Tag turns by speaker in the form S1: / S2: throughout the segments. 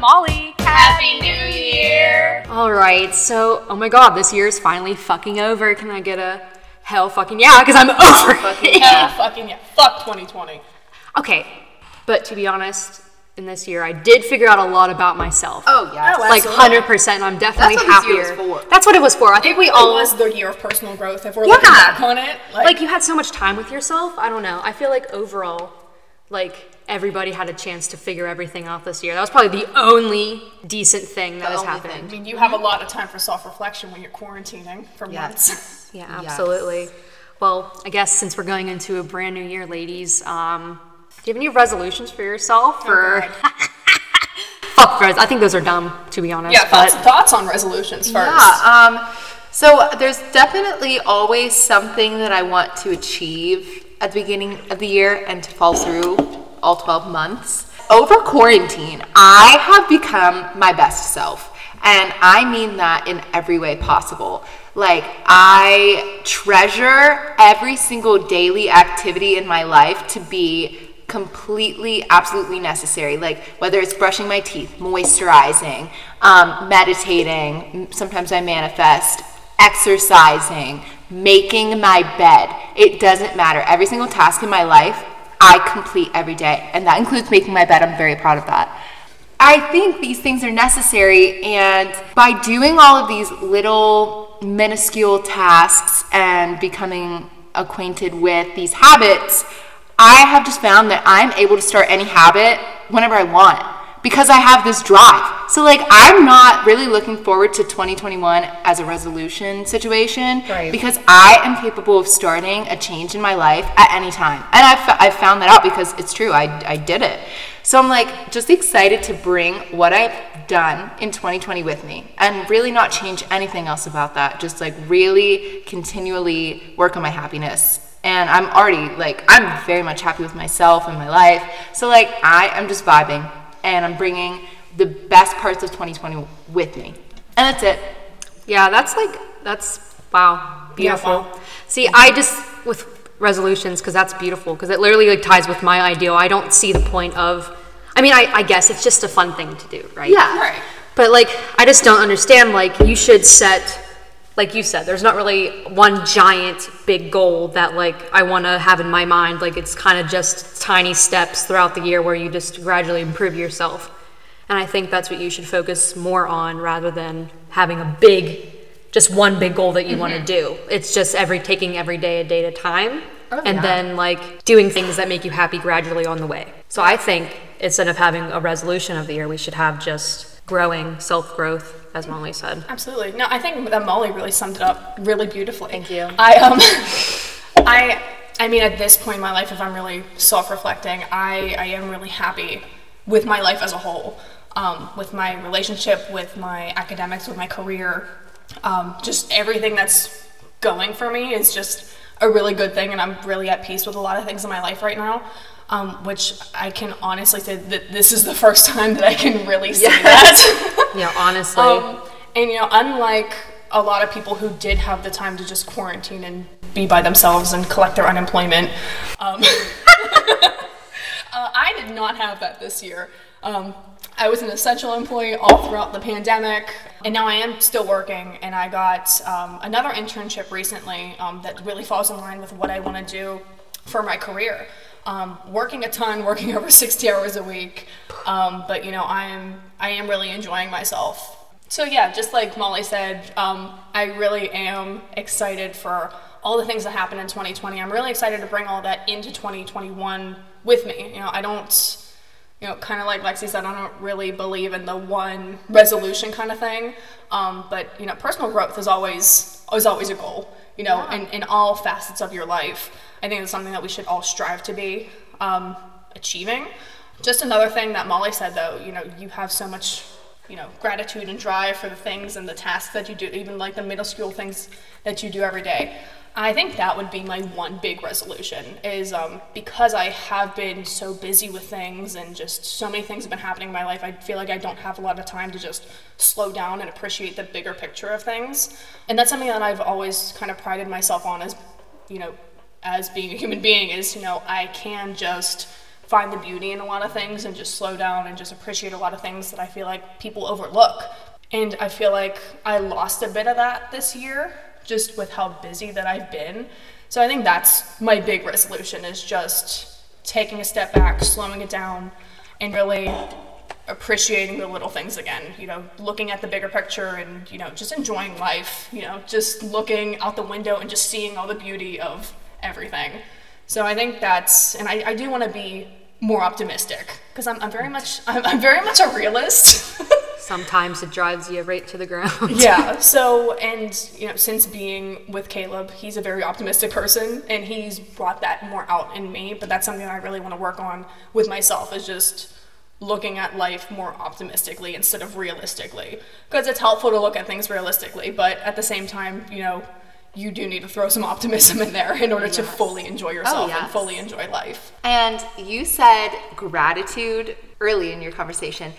S1: Molly,
S2: Happy New Year!
S3: All right, so oh my god, this year's finally fucking over. Can I get a hell fucking yeah? Because I'm over it.
S1: Yeah, fucking yeah. Fuck 2020.
S3: Okay, but to be honest, in this year I did figure out a lot about myself.
S2: Oh yeah,
S3: like hundred percent. I'm definitely
S2: That's what this year
S3: happier.
S2: was for.
S3: That's what it was for. I think we
S1: It
S3: all
S1: was the year of personal growth if we're
S3: Yeah.
S1: looking back on it.
S3: like you had so much time with yourself. I don't know. I feel like overall, like everybody had a chance to figure everything out this year. That was probably the only decent thing that has
S2: only
S3: happened.
S1: I mean, you have a lot of time for self reflection when you're quarantining for months.
S3: Yeah,
S2: Yes.
S3: absolutely. Well, I guess since we're going into a brand new year, ladies, um, do you have any resolutions for yourself? Or fuck res? I think those are dumb, to be honest.
S1: yeah, thoughts,
S3: but
S1: thoughts on resolutions first.
S2: Yeah. Um, so there's definitely always something that I want to achieve at the beginning of the year and to fall through all 12 months. Over quarantine, I have become my best self. And I mean that in every way possible. Like, I treasure every single daily activity in my life to be completely, absolutely necessary. Like whether it's brushing my teeth, moisturizing, um, meditating, m- sometimes I manifest, exercising, making my bed. It doesn't matter. Every single task in my life, I complete every day. And that includes making my bed. I'm very proud of that. I think these things are necessary, and by doing all of these little minuscule tasks and becoming acquainted with these habits, I have just found that I'm able to start any habit whenever I want because I have this drive. So, like, I'm not really looking forward to 2021 as a resolution situation
S1: Right.
S2: because I am capable of starting a change in my life at any time. And I've, I've found that out because it's true. I, I did it. So I'm like just excited to bring what I've done in 2020 with me and really not change anything else about that. Just like really continually work on my happiness. And I'm already like, I'm very much happy with myself and my life. So like, I am just vibing and I'm bringing the best parts of 2020 with me. And that's it.
S3: yeah, that's like that's wow, beautiful.
S1: wow.
S3: See, I just with resolutions because that's beautiful because it literally like ties with my ideal. I don't see the point of. I mean, I, I guess it's just a fun thing to do, right?
S2: Yeah.
S1: Right.
S3: But like, I just don't understand. Like, you should set, like you said, there's not really one giant big goal that like I want to have in my mind. Like, it's kind of just tiny steps throughout the year where you just gradually improve yourself. And I think that's what you should focus more on rather than having a big, just one big goal that you want
S1: Mm-hmm.
S3: to do. It's just every taking every day a day at a time. and then like doing things that make you happy gradually on the way. So I think instead of having a resolution of the year, we should have just growing self growth, as Molly said.
S1: Absolutely. No, I think that Molly really summed it up really beautifully.
S2: Thank you.
S1: I um, I I mean, at this point in my life, if I'm really self-reflecting, I I am really happy with my life as a whole, um, with my relationship, with my academics, with my career, um, just everything that's going for me is just a really good thing, and I'm really at peace with a lot of things in my life right now. Um, which I can honestly say that this is the first time that I can really say that.
S3: Yeah, honestly.
S1: Um, and you know, unlike a lot of people who did have the time to just quarantine and be by themselves and collect their unemployment, um, uh, I did not have that this year. Um, I was an essential employee all throughout the pandemic, and now I am still working. And I got um, another internship recently um, that really falls in line with what I want to do for my career. Um, working a ton, working over 60 hours a week, um, but you know I am I am really enjoying myself. So yeah, just like Molly said, um, I really am excited for all the things that happened in 2020. I'm really excited to bring all that into 2021 with me. You know, I don't, you know, kind of like Lexi said, I don't really believe in the one resolution kind of thing. Um, but you know, personal growth is always is always a goal. You know, in, in all facets of your life, I think it's something that we should all strive to be um, achieving. Just another thing that Molly said, though, you know, you have so much you know, gratitude and drive for the things and the tasks that you do, even like the middle school things that you do every day. I think that would be my one big resolution is um, because I have been so busy with things and just so many things have been happening in my life. I feel like I don't have a lot of time to just slow down and appreciate the bigger picture of things. And that's something that I've always kind of prided myself on as, you know, as being a human being is, you know, I can just find the beauty in a lot of things and just slow down and just appreciate a lot of things that I feel like people overlook. And I feel like I lost a bit of that this year just with how busy that I've been. So I think that's my big resolution is just taking a step back, slowing it down, and really appreciating the little things again, you know, looking at the bigger picture and, you know, just enjoying life, you know, just looking out the window and just seeing all the beauty of everything. So I think that's, and I, I do want to be more optimistic because I'm, I'm very much, I'm, I'm very much a realist.
S3: Sometimes it drives you right to the ground.
S1: yeah. So, and, you know, since being with Caleb, he's a very optimistic person and he's brought that more out in me, but that's something I really want to work on with myself is just, looking at life more optimistically instead of realistically because it's helpful to look at things realistically but at the same time you know you do need to throw some optimism in there in order to fully enjoy yourself
S3: Oh,
S1: and
S2: yes.
S1: fully enjoy life
S2: And you said gratitude early in your conversation.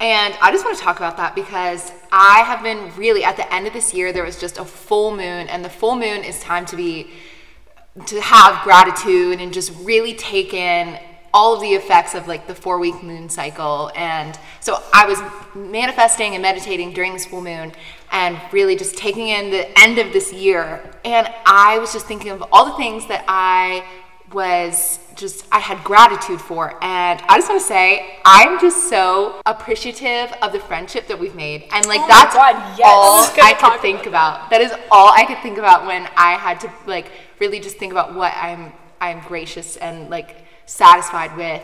S2: And I just want to talk about that because I have been really, at the end of this year, there was just a full moon, and the full moon is time to be, to have gratitude and just really take in all of the effects of like the four week moon cycle. And so I was manifesting and meditating during this full moon and really just taking in the end of this year. And I was just thinking of all the things that I was just I had gratitude for and I just want to say I'm just so appreciative of the friendship that we've made and like
S1: Oh my
S2: that's
S1: God, yes.
S2: all
S1: Gonna
S2: I
S1: talk
S2: could think about that is all I could think about when I had to like really just think about what I'm I'm gracious and like satisfied with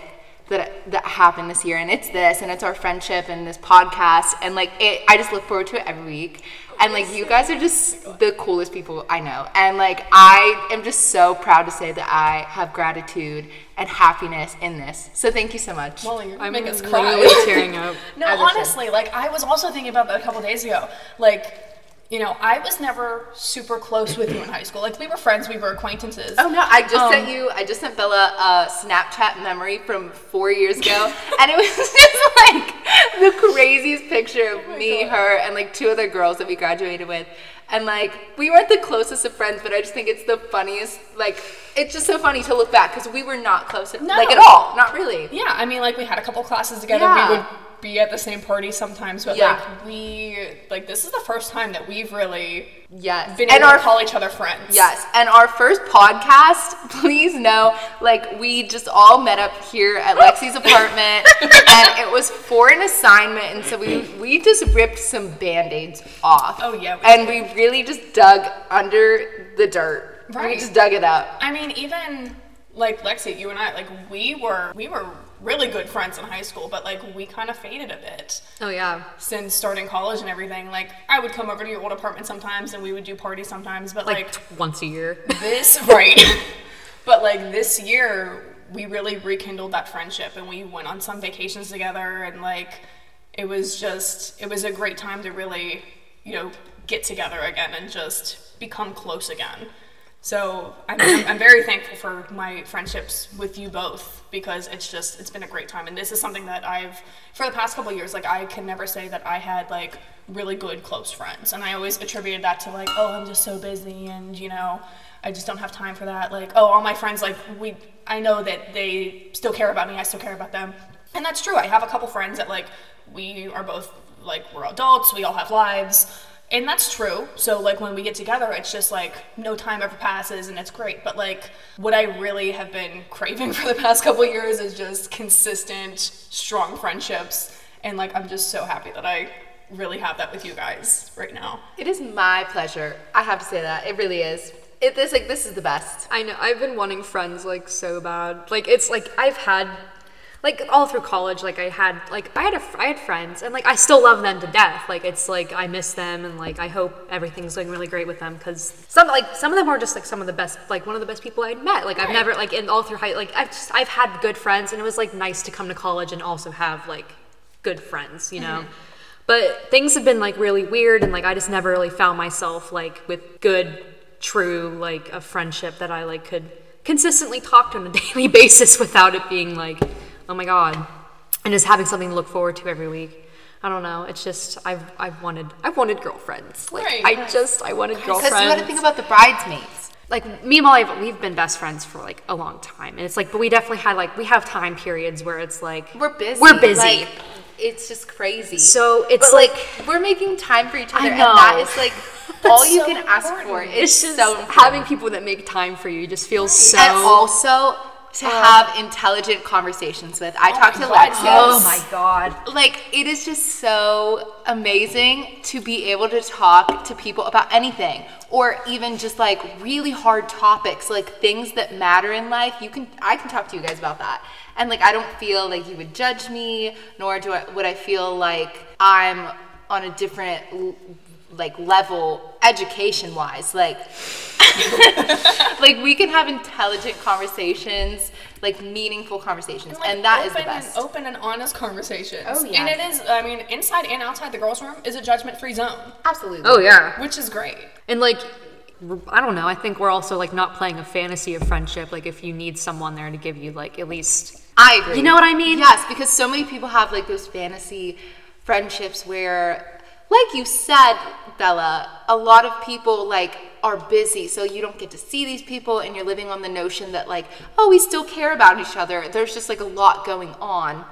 S2: that that happened this year and it's this and it's our friendship and this podcast and like it I just look forward to it every week and like you guys are just the coolest people I know and like I am just so proud to say that I have gratitude and happiness in this so thank you so much
S1: well you're gonna
S3: I'm
S1: make us
S3: literally
S1: cry
S3: tearing up.
S1: no
S2: As I should.
S1: honestly like i was also thinking about that a couple days ago like you know i was never super close with you in high school like we were friends we were acquaintances
S2: Oh no! I just sent you. I just sent Bella a Snapchat memory from four years ago, and it was just like the craziest picture of me, her, and like two other girls that we graduated with, and like we weren't the closest of friends, but I just think it's the funniest. Like it's just so funny to look back because we were not close, at,
S1: No.
S2: like at all, not really.
S1: Yeah, I mean, like we had a couple classes together.
S2: Yeah.
S1: We would be at the same party sometimes, but
S2: Yeah.
S1: like we like this is the first time that we've really
S2: Yes,
S1: been
S2: and
S1: able
S2: our
S1: to call each other friends.
S2: Yes, and our first podcast, please know, like we just all met up here at Lexi's apartment, and it was for an assignment, and so we we just ripped some band-aids off.
S1: Oh, yeah, we
S2: and we really just dug under the dirt. We
S1: Right.
S2: just dug it up.
S1: I mean, even like Lexi, you and I, like we were we were really good friends in high school, but like we kind of faded a bit
S3: Oh yeah.
S1: since starting college and everything. Like I would come over to your old apartment sometimes, and we would do parties sometimes, but
S3: Like,
S1: like
S3: t- once a year.
S1: this right but like this year we really rekindled that friendship and we went on some vacations together and like it was just it was a great time to really you know get together again and just become close again so I'm, I'm very thankful for my friendships with you both because it's just it's been a great time and this is something that i've for the past couple years like i can never say that i had like really good close friends and i always attributed that to like oh i'm just so busy and you know I just don't have time for that. Like, oh, all my friends, like, we, I know that they still care about me. I still care about them. And that's true. I have a couple friends that, like, we are both, like, we're adults. We all have lives. And that's true. So, like, when we get together, it's just like no time ever passes and it's great. But, like, what I really have been craving for the past couple years is just consistent, strong friendships. And, like, I'm just so happy that I really have that with you guys right now.
S2: It is my pleasure. I have to say that it really is. It is like this is the best.
S3: I know. I've been wanting friends like so bad. Like it's like I've had like all through college like I had like I had a, I had friends and like I still love them to death. Like it's like I miss them and like I hope everything's going really great with them cuz some like some of them are just like some of the best like one of the best people I'd met. Like I've never like in all through high like I've just I've had good friends and it was like nice to come to college and also have like good friends, you know. But things have been like really weird and like I just never really found myself like with good true like a friendship that I like could consistently talk to on a daily basis without it being like oh my god and just having something to look forward to every week. I don't know. It's just I've I've wanted I've wanted girlfriends. Like
S1: Right.
S3: I just I wanted
S2: Because
S3: girlfriends.
S2: you got to think about the bridesmaids.
S3: like me and Molly, we've been best friends for like a long time, and it's like, but we definitely had like we have time periods where it's like
S2: We're busy.
S3: We're busy.
S2: like, it's just crazy.
S3: so it's
S2: But,
S3: like,
S2: we're making time for each
S3: I
S2: other, and
S3: know.
S2: that is like all you
S1: so
S2: can ask for.
S1: important.
S2: It's,
S3: it's just
S2: so important.
S3: having people that make time for you just feels
S2: and
S3: so.
S2: also to have intelligent conversations with. I talked to
S1: my God,
S2: Alexis.
S3: Oh my god.
S2: like it is just so amazing to be able to talk to people about anything or even just like really hard topics like things that matter in life you can i can talk to you guys about that and like i don't feel like you would judge me nor do i would i feel like i'm on a different l- like level education wise like like we can have intelligent conversations like meaningful conversations
S1: like,
S2: and that is
S1: open
S2: the best
S1: And open and honest conversations.
S2: Oh,
S1: And
S2: yeah.
S1: it is, I mean, inside and outside the girls' room is a judgment free zone,
S2: absolutely
S3: Oh yeah.
S1: which is great.
S3: And like, I don't know. I think we're also like not playing a fantasy of friendship. Like, if you need someone there to give you like at least,
S2: I agree.
S3: You know what I mean?
S2: Yes, because so many people have like those fantasy friendships where, like you said, Bella, a lot of people like are busy, so you don't get to see these people, and you're living on the notion that like, oh, we still care about each other. There's just like a lot going on,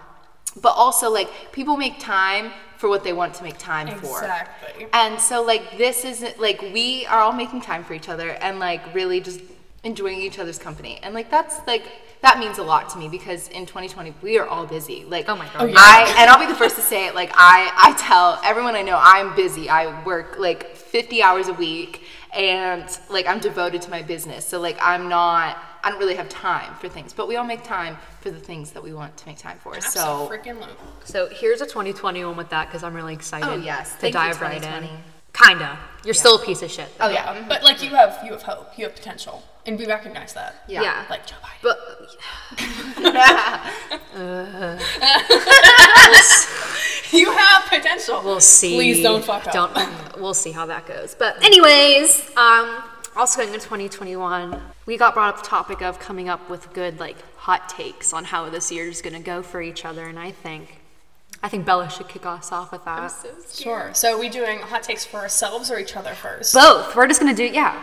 S2: but also like people make time for what they want to make time for.
S1: Exactly.
S2: And so like this isn't like we are all making time for each other and like really just enjoying each other's company. And like that's like that means a lot to me because in 2020 we are all busy. Like
S3: Oh my God. Oh, yeah.
S2: I and I'll be the first to say it. Like I I tell everyone I know I'm busy. I work like 50 hours a week and like I'm devoted to my business. So like I'm not I don't really have time for things, but we all make time for the things that we want to make time for. So
S1: freaking low.
S3: so here's a 2021 with that because I'm really excited.
S2: Oh, yes.
S3: to
S2: Thank you,
S3: dive right in.
S2: 2020.
S3: Kinda. You're still a piece of shit.
S2: oh yeah.
S1: Um, But like you have, you have hope, you have potential, and we recognize that.
S2: Yeah.
S3: yeah.
S1: Like Joe Biden.
S3: But
S1: you have potential.
S3: we'll see.
S1: Please don't fuck up.
S3: Don't. We'll see how that goes. But anyways, um, also going into 2021, we got brought up the topic of coming up with good like hot takes on how this year is gonna go for each other, and I think, I think Bella should kick us off with that.
S1: Sure. So are we doing hot takes for ourselves or each other first?
S3: Both. We're just gonna do yeah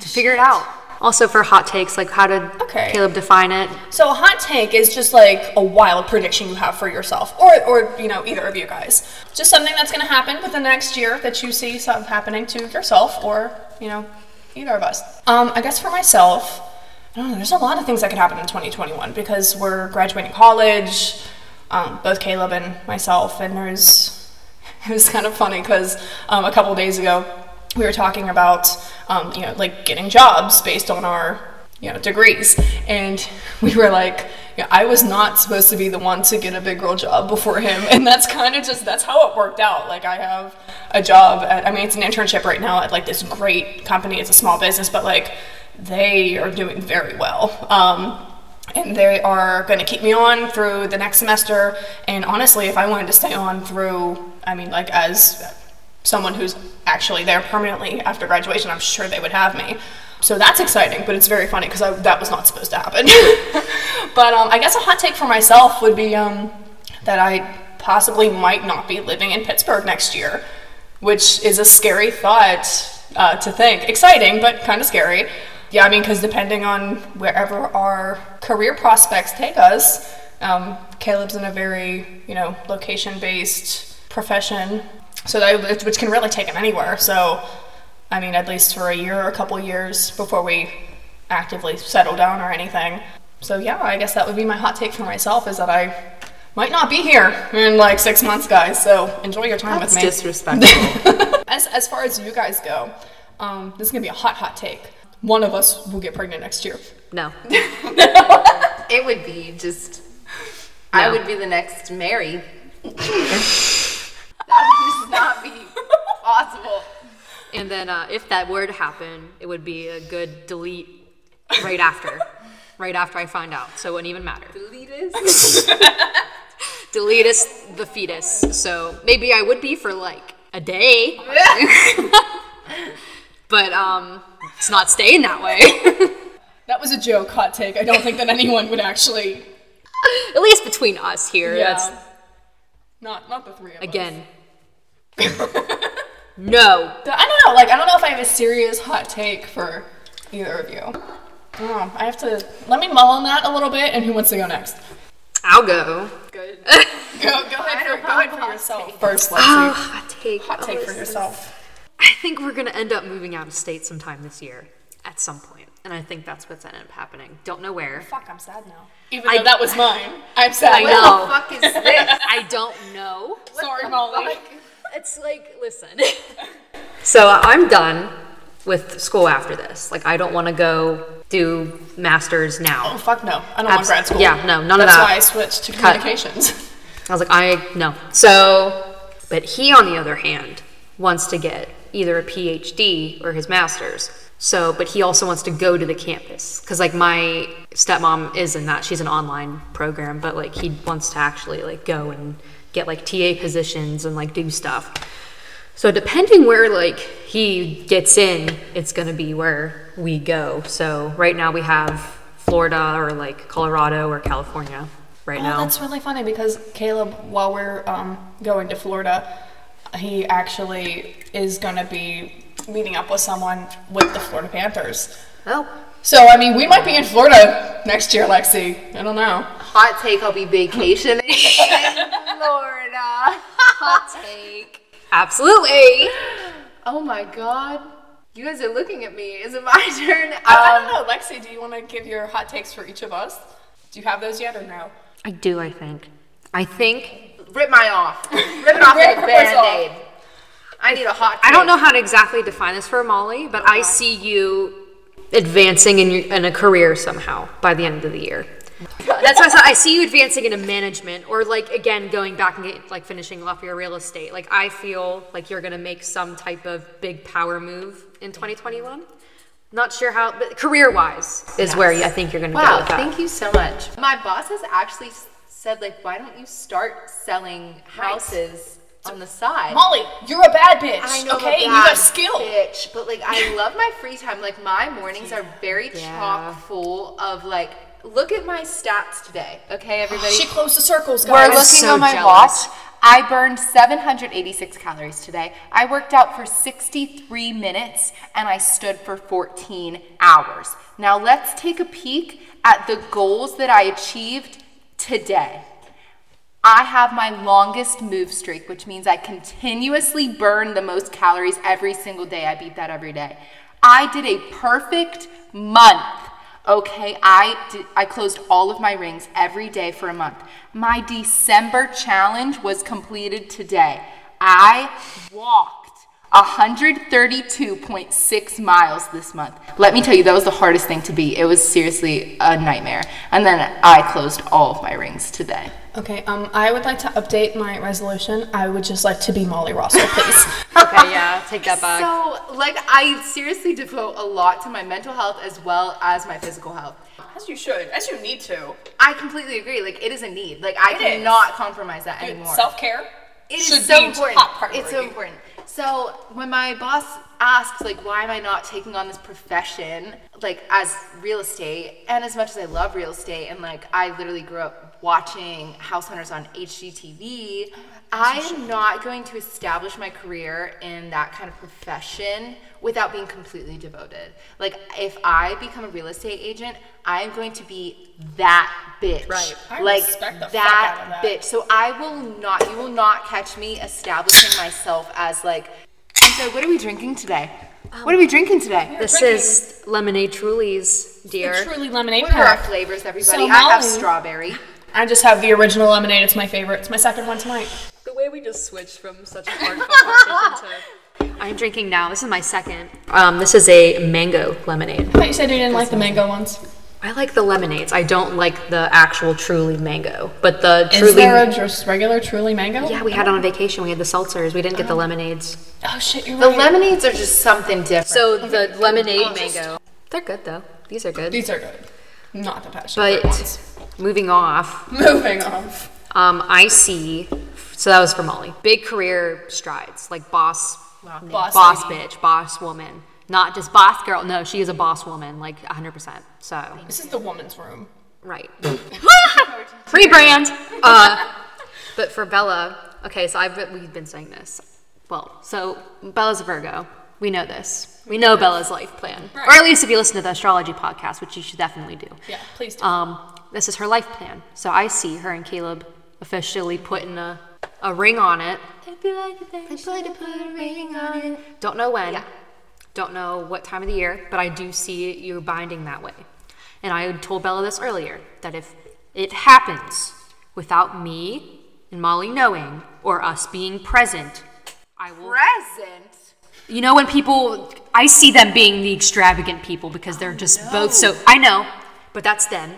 S3: to figure it out. Also for hot takes, like how did
S1: Oh, Okay.
S3: Caleb define it?
S1: So a hot take is just like a wild prediction you have for yourself, or or you know either of you guys. Just something that's going to happen within the next year that you see something happening to yourself, or you know either of us. Um, I guess for myself, I don't know. There's a lot of things that could happen in 2021 because we're graduating college, um, both Caleb and myself, and there's it was kind of funny because um, a couple days ago we were talking about um, you know like getting jobs based on our you know degrees and we were like yeah, i was not supposed to be the one to get a big girl job before him and that's kind of just that's how it worked out like i have a job at i mean it's an internship right now at like this great company it's a small business but like they are doing very well um, and they are going to keep me on through the next semester and honestly if i wanted to stay on through i mean like as someone who's actually there permanently after graduation i'm sure they would have me so that's exciting but it's very funny because that was not supposed to happen but um, i guess a hot take for myself would be um, that i possibly might not be living in pittsburgh next year which is a scary thought uh, to think. Exciting, but kind of scary. Yeah, I mean, because depending on wherever our career prospects take us, um, Caleb's in a very, you know, location based profession, so that which can really take him anywhere. So, I mean, at least for a year or a couple years before we actively settle down or anything. So, yeah, I guess that would be my hot take for myself is that I might not be here in like six months, guys. So, enjoy your time
S2: That's
S1: with me.
S2: disrespectful.
S1: As, as far as you guys go, um, this is gonna be a hot, hot take. One of us will get pregnant next year.
S3: No.
S2: It would be just.
S3: No.
S2: I would be the next Mary. that would just not be possible.
S3: and then uh, if that were to happen, it would be a good delete right after, right after I find out. So it wouldn't even matter.
S2: Elitist.
S3: Delete is the fetus. So maybe I would be for like a day. but um, it's not staying that way.
S1: That was a joke, hot take. I don't think that anyone would actually.
S3: At least between us here.
S1: Yeah.
S3: That's
S1: not not the three of us.
S3: again. no.
S1: But I don't know. Like I don't know if I have a serious hot take for Either of you. I don't know. I have to let me mull on that a little bit. And who wants to go next?
S3: I'll go.
S2: Good.
S1: Go, go ahead. For, go ahead for yourself first, Leslie.
S3: Oh, hot take.
S1: Hot take for yourself.
S3: I think we're going to end up moving out of state sometime this year at some point, And I think that's what's ended up happening. Don't know where.
S1: Fuck, I'm sad now. Even
S3: I-
S1: though that was mine, I'm sad.
S3: I
S1: now.
S3: know.
S2: What the fuck is this?
S3: I don't know.
S1: Sorry, Molly.
S3: It's like, listen. so I'm done with school after this. Like, I don't want to go do masters
S1: Oh,
S3: now.
S1: fuck no. I don't want
S3: Abs-
S1: grad school.
S3: yeah, no, none of
S1: That's
S2: uh,
S3: that.
S1: why I switched to
S3: Cut.
S1: communications.
S3: I was like, I no. So, but he, on the other hand, wants to get either a PhD or his master's. So, but he also wants to go to the campus because, like, my stepmom is in that. She's an online program, but like, he wants to actually like go and get like TA positions and like do stuff. So, depending where like he gets in, it's gonna be where we go. So, right now we have Florida or like Colorado or California. Right
S1: Oh,
S3: now,
S1: that's really funny because Caleb, while we're um, going to Florida, he actually is going to be meeting up with someone with the Florida Panthers.
S3: oh.
S1: So, I mean, we might be in Florida next year, Lexi. I don't know.
S2: Hot take. I'll be vacationing in Florida. Hot take.
S3: Absolutely.
S2: Oh my god. You guys are looking at me. Is it my turn?
S1: I don't
S2: Um,
S1: know. Lexi, do you want to give your hot takes for each of us? Do you have those yet or no?
S3: I do, I think. I think.
S2: rip mine off. Rip it off like
S1: Rip
S2: a
S1: hers off.
S2: band-aid. I need a hot take.
S3: I don't know how to exactly define this for Molly, but I see you advancing in, your, in a career somehow by the end of the year. That's what I said. I see you advancing into management or, like, again, going back and get, like finishing off your real estate. Like, I feel like you're going to make some type of big power move in 2021. Not sure how, but career wise is where I think you're going to go
S2: Wow,
S3: with that.
S2: thank you so much. My boss has actually s- said, like, why don't you start selling houses on the side?
S1: Molly, you're a bad bitch.
S2: I know I'm a
S1: okay, you
S2: bad
S1: have skill.
S2: bitch, but like I love my free time. Like my mornings are very
S3: Yeah.
S2: chock full of like, look at my stats today. Okay, everybody.
S1: She closed the circles,
S2: We're
S1: guys.
S2: looking
S3: so
S2: on my
S3: jealous.
S2: watch. I burned 786 calories today. I worked out for 63 minutes and I stood for 14 hours. Now let's take a peek at the goals that I achieved today. I have my longest move streak, which means I continuously burn the most calories every single day. I beat that every day. I did a perfect month. Okay, I did, I closed all of my rings every day for a month. My December challenge was completed today. I walked 132.6 miles this month. Let me tell you, that was the hardest thing to beat. It was seriously a nightmare. And then I closed all of my rings today.
S1: Okay, um, I would like to update my resolution. I would just like to be Molly Russell, please.
S3: Okay, yeah, take that back.
S2: So, like, I seriously devote a lot to my mental health as well as my physical health.
S1: as you should, as you need to.
S2: I completely agree. Like, it is a need. Like, I
S1: It is.
S2: cannot compromise that anymore.
S1: Self care.
S2: It is so important. It's so important. So when my boss asks, like, why am I not taking on this profession, like as real estate, and as much as I love real estate, and like I literally grew up watching House Hunters on HGTV, I am not going to establish my career in that kind of profession without being completely devoted. Like if I become a real estate agent, I am going to be that bitch.
S3: Right.
S1: I
S2: like
S1: respect the fuck
S2: that
S1: out of that.
S2: bitch. So I will not, you will not catch me establishing myself as like, I'm sorry, what are we drinking today?
S3: Um,
S2: what are we drinking today?
S3: This
S1: drinking-
S3: is lemonade trulies, dear.
S1: Truly lemonade
S2: What are our
S1: pack.
S2: flavors, everybody?
S1: So
S2: I have
S1: Molly-
S2: strawberry.
S1: I just have the original lemonade. It's my favorite. It's my second one tonight.
S3: The way we just switched from such a hard conversation to. I'm drinking now. This is my second. Um, this is a mango lemonade.
S1: I thought you said you didn't like the mango ones.
S3: I like the lemonades. I don't like the actual truly mango, but the truly.
S1: Is there a just regular Truly mango?
S3: yeah, we had it on vacation. We had the seltzers. We didn't get the lemonades.
S1: Oh shit, you're
S2: The
S1: right.
S2: lemonades are just something different.
S3: So the lemonade mango. They're good though. These are good.
S1: These are good. Not the passion. fruit
S3: But
S1: ones.
S3: moving off,
S1: moving off.
S3: um, I see. So that was for Molly. Big career strides, like boss,
S1: Boss
S3: boss,
S1: lady.
S3: bitch, boss woman, not just boss girl. No, she is a boss woman, like 100%. So,
S1: This is the woman's room.
S3: right. Free brand. Uh, but for Bella, okay, so I've been, we've been saying this. Well, so Bella's a Virgo. We know this. We know Bella's life plan,
S1: Right.
S3: or at least if you listen to the astrology podcast, which you should definitely do.
S1: Yeah, please do.
S3: Um, this is her life plan. So I see her and Caleb officially putting a, a ring on it. Don't know when. Don't know what time of the year, but I do see it, you're binding that way. And I told Bella this earlier that if it happens without me and Molly knowing or us being present, I will.
S2: Present.
S3: You know, when people, I see them being the extravagant people because they're just both so. I know, but that's them.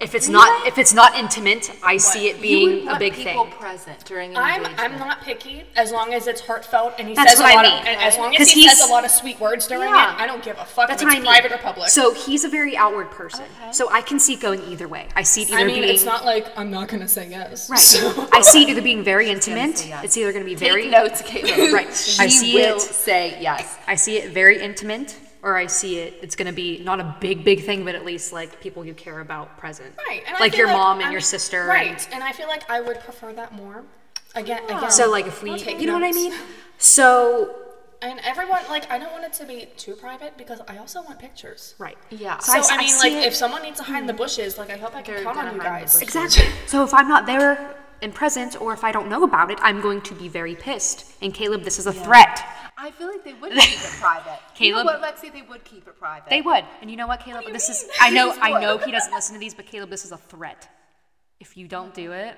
S3: If it's not, if it's not intimate, I see it being a big
S2: people
S3: thing.
S2: present during an
S1: I'm
S2: engagement.
S1: I'm not picky as long as it's heartfelt and he
S3: That's
S1: says a
S3: what I
S1: lot of,
S3: mean,
S1: and as long as
S3: 'Cause
S1: he says
S3: he's-
S1: a lot of sweet words during
S3: Yeah.
S1: it. I don't give a fuck
S3: That's
S1: if
S3: what
S1: it's
S3: I mean.
S1: private or public.
S3: So he's a very outward person. So I can see it going either way. I see it either
S1: I mean,
S3: being
S1: it's not like I'm not gonna say yes.
S3: right.
S1: So.
S3: I see it either being very intimate.
S2: yes.
S3: It's either going to be
S2: Take
S3: very
S2: notes, Caleb.
S3: Right.
S2: She
S3: I see
S2: will
S3: it.
S2: say yes.
S3: I see it very intimate, or I see it. It's going to be not a big, big thing, but at least like people you care about present.
S1: Right. And I
S3: like
S1: feel
S3: your mom and
S1: I'm-
S3: your sister. and-
S1: Right. And, I feel like I would prefer that more. Again, again.
S3: Ah. So like if we,
S1: Oh, I'll
S3: you
S1: take
S3: know what I
S1: notes.
S3: mean? So
S1: And everyone, like, I don't want it to be too private because I also want pictures.
S3: right.
S2: Yeah.
S1: So I,
S3: s-
S1: mean,
S3: see
S1: like,
S3: it- Hmm.
S1: if someone needs to hide in the bushes, like, I hope I
S2: They're
S1: can count
S2: gonna
S1: on you
S2: hide in the
S1: guys.
S2: bushes.
S3: exactly. So if I'm not there and present, or if I don't know about it, I'm going to be very pissed. And Caleb, this is a threat.
S2: I feel like they would keep it private.
S3: Caleb-
S2: You know what, Lexi? They would keep it private.
S3: They would. And you know what, Caleb? this is. I know. I know he doesn't listen to these, but Caleb, this is a threat. If you don't do it,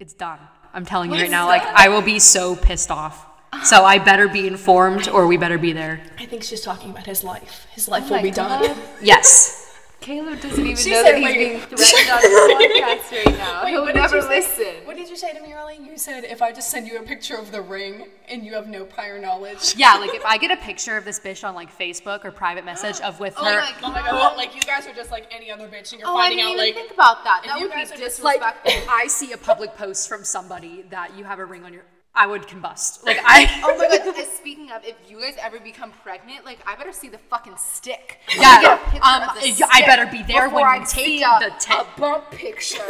S3: it's done. I'm telling you right now. Like I will be so pissed off. So I better be informed, or we better be there.
S1: I think she's talking about his life. His life will be done.
S3: Yes.
S2: Caleb doesn't even
S1: She
S2: know
S1: said
S2: that he's
S1: wait.
S2: being threatened on the podcast right now.
S1: Wait,
S2: He'll
S1: what did
S2: never
S1: you say?
S2: listen.
S1: What did you say to me earlier? You said if I just send you a picture of the ring and you have no prior knowledge.
S3: Yeah. Like if I get a picture of this bitch on like Facebook or private message of with her.
S1: Oh my god, like you guys are just like any other bitch and you're
S2: Oh, I
S1: finding
S2: didn't
S1: out like
S2: even think about that. That
S1: you
S2: would be
S1: guys are just,
S3: like
S2: disrespectful.
S3: if I see a public post from somebody that you have a ring on your, I would combust. Like I.
S2: Oh my god! and Speaking of, if you guys ever become pregnant, like I better see the fucking stick.
S3: Yeah,
S2: Get a picture
S3: um,
S2: of the
S3: y- I
S2: stick
S3: better be there
S2: before
S3: when
S2: I
S3: you
S2: see
S3: take
S2: a,
S3: the te-
S2: a bump picture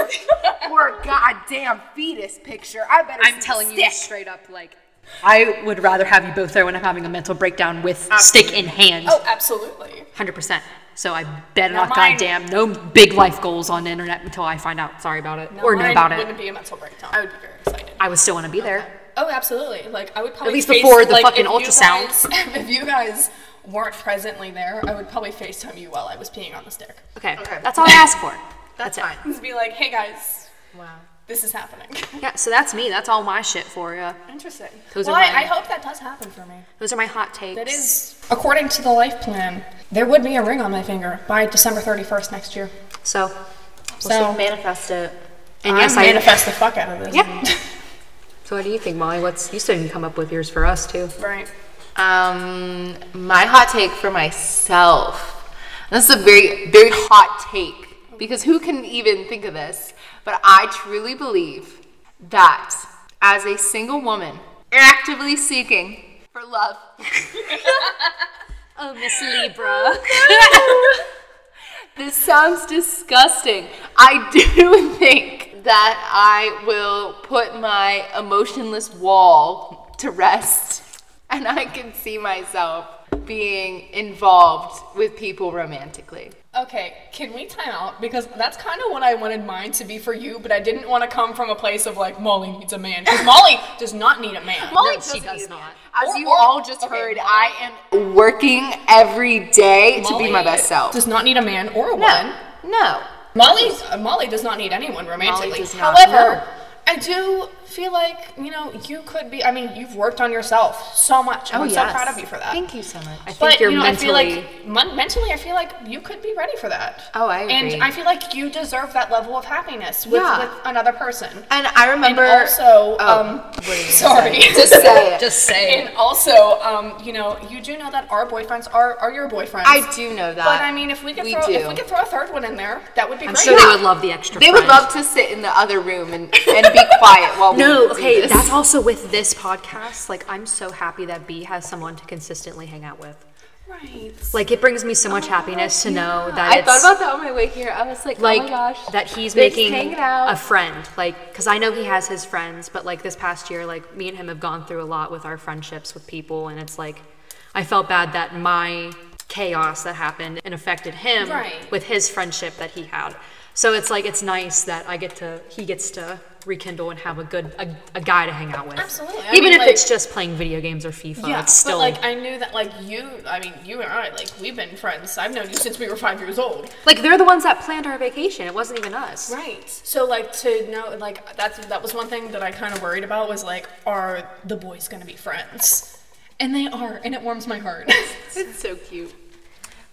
S2: or a goddamn fetus picture. I better. see
S3: I'm
S2: the
S3: telling you
S2: stick.
S3: straight up, like I would rather have you both there when I'm having a mental breakdown with stick in hand,
S1: Oh, absolutely.
S3: hundred percent. So I better
S1: Now
S3: not,
S1: mine-
S3: goddamn, no big life goals on the internet until I find out. Sorry about it, or know
S1: Mine
S3: about it.
S1: wouldn't be a mental breakdown. I would be very excited.
S3: I would still want to be there.
S1: Oh, absolutely. Like I would probably
S3: least
S1: face-
S3: before the
S1: like,
S3: fucking
S1: if you
S3: ultrasound.
S1: guys- if you guys weren't presently there, I would probably FaceTime you while I was peeing on the stick.
S3: Okay, that's all I ask for.
S2: That's, fine.
S1: Just be like, hey guys,
S2: Wow.
S1: this is happening.
S3: Yeah, so that's me. That's all my shit for you.
S1: Interesting.
S3: Those are
S1: well, I,
S3: mine.
S1: I hope that does happen for me.
S3: Those are my hot takes.
S1: That is, according to the life plan, there would be a ring on my finger by December 31st next year.
S3: so.
S1: So,
S2: Manifest it.
S3: And
S1: I
S3: yes, I.
S1: manifest the fuck out of this.
S3: Yeah. So what do you think, Molly? What's you still can come up with yours for us too?
S1: right.
S2: Um, my hot take for myself. This is a very, very hot take because who can even think of this? But I truly believe that as a single woman actively seeking for love,
S3: Oh, Miss Libra.
S2: this sounds disgusting. I do think that I will put my emotionless wall to rest and I can see myself being involved with people romantically.
S1: Okay, can we time out? Because that's kind of what I wanted mine to be for you, but I didn't want to come from a place of like, Molly needs a man. Because Molly does not need a man.
S2: Molly
S3: No, she
S2: doesn't
S3: does
S2: either.
S3: not.
S2: As
S1: Or-
S2: you
S1: or-
S2: all just
S1: okay,
S2: heard, I am working every day to be
S1: Molly
S2: my best self.
S1: Does not need a man or a woman.
S2: no, no.
S1: Molly's, uh, Molly does not need anyone romantically.
S2: does not,
S1: However,
S2: no.
S1: I do feel like, you know, you could be, I mean, you've worked on yourself so much. and I'm so proud of you for that.
S2: Oh, Thank you so much.
S3: I think
S1: But
S3: you're
S1: you know,
S3: mentally.
S1: I feel like mon- mentally, I feel like you could be ready for that.
S2: Oh, I agree.
S1: And I feel like you deserve that level of happiness with,
S2: Yeah.
S1: with another person.
S2: And I
S1: And
S2: remember
S1: also,
S2: Oh,
S1: um, sorry.
S2: just say it.
S3: Just say
S1: and also, um, you know, you do know that our boyfriends are, are your boyfriends.
S2: I do know that.
S1: But I mean, if we could
S2: we
S1: throw
S2: do.
S1: if we could throw a third one in there, that would be
S3: I'm
S1: great.
S3: sure they would love the extra.
S2: they would
S3: friend.
S2: love to sit in the other room and, and be quiet while we
S3: No,
S2: do
S3: okay,
S2: this.
S3: that's also with this podcast. Like, I'm so happy that B has someone to consistently hang out with.
S1: Right.
S3: Like, it brings me so much happiness to know that
S2: I
S3: it's
S2: thought about that on my way here. I was like,
S3: like
S2: oh my gosh,
S3: that he's
S2: They're just
S3: making
S2: hanging out.
S3: a friend. Like, because I know he has his friends, but like this past year, like me and him have gone through a lot with our friendships with people, and it's like I felt bad that my chaos that happened and affected him
S1: Right.
S3: with his friendship that he had. So it's like it's nice that I get to he gets to rekindle and have a good a, a guy to hang out with.
S1: Absolutely. I
S3: Even
S1: mean,
S3: if
S1: like-
S3: it's just playing video games or FIFA,
S1: Yeah,
S3: Oh, it's still
S1: but like I knew that like you, I mean you and I, like we've been friends. I've known you since we were five years old.
S3: Like they're the ones that planned our vacation. It wasn't even us.
S1: Right. So like to know like that's that was one thing that I kind of worried about was like are the boys gonna be friends? And they are, and it warms my heart.
S2: It's so cute.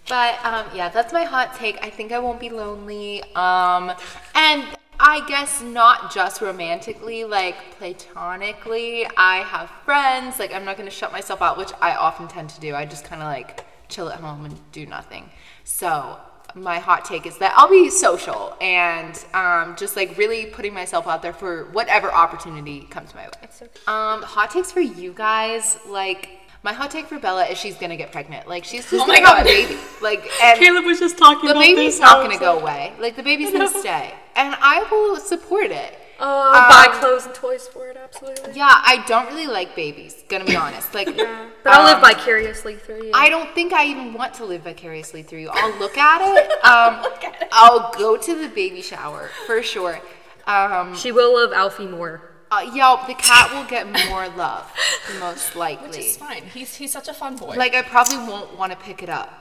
S2: But um, yeah, that's my hot take. I think I won't be lonely. Um, and I guess not just romantically, like platonically. I have friends. Like I'm not gonna shut myself out, which I often tend to do. I just kind of like chill at home and do nothing. So my hot take is that I'll be social and um, just like really putting myself out there for whatever opportunity comes my way. Um, hot takes for you guys, like. My hot take for Bella is she's gonna get pregnant. Like she's just
S1: Oh my
S2: gonna have a
S1: God.
S2: baby. Like and
S3: Caleb was just talking
S2: the
S3: about
S2: baby's
S3: this.
S2: not
S3: I
S2: gonna
S3: was
S2: go
S3: like,
S2: away. Like the baby's gonna stay, and I will support it.
S3: Oh, I'll buy
S2: Um,
S3: clothes and toys for it. Absolutely.
S2: Yeah, I don't really like babies. Gonna be honest. Like,
S3: But I'll live
S2: um,
S3: vicariously through you.
S2: I don't think I even want to live vicariously through you. I'll look at it. Um, I'll go to the baby shower for sure. Um,
S3: she will love Alfie more.
S2: uh, yeah, the cat will get more love, most likely.
S1: Which is fine. He's he's such a fun boy.
S2: Like I probably won't want to pick it up.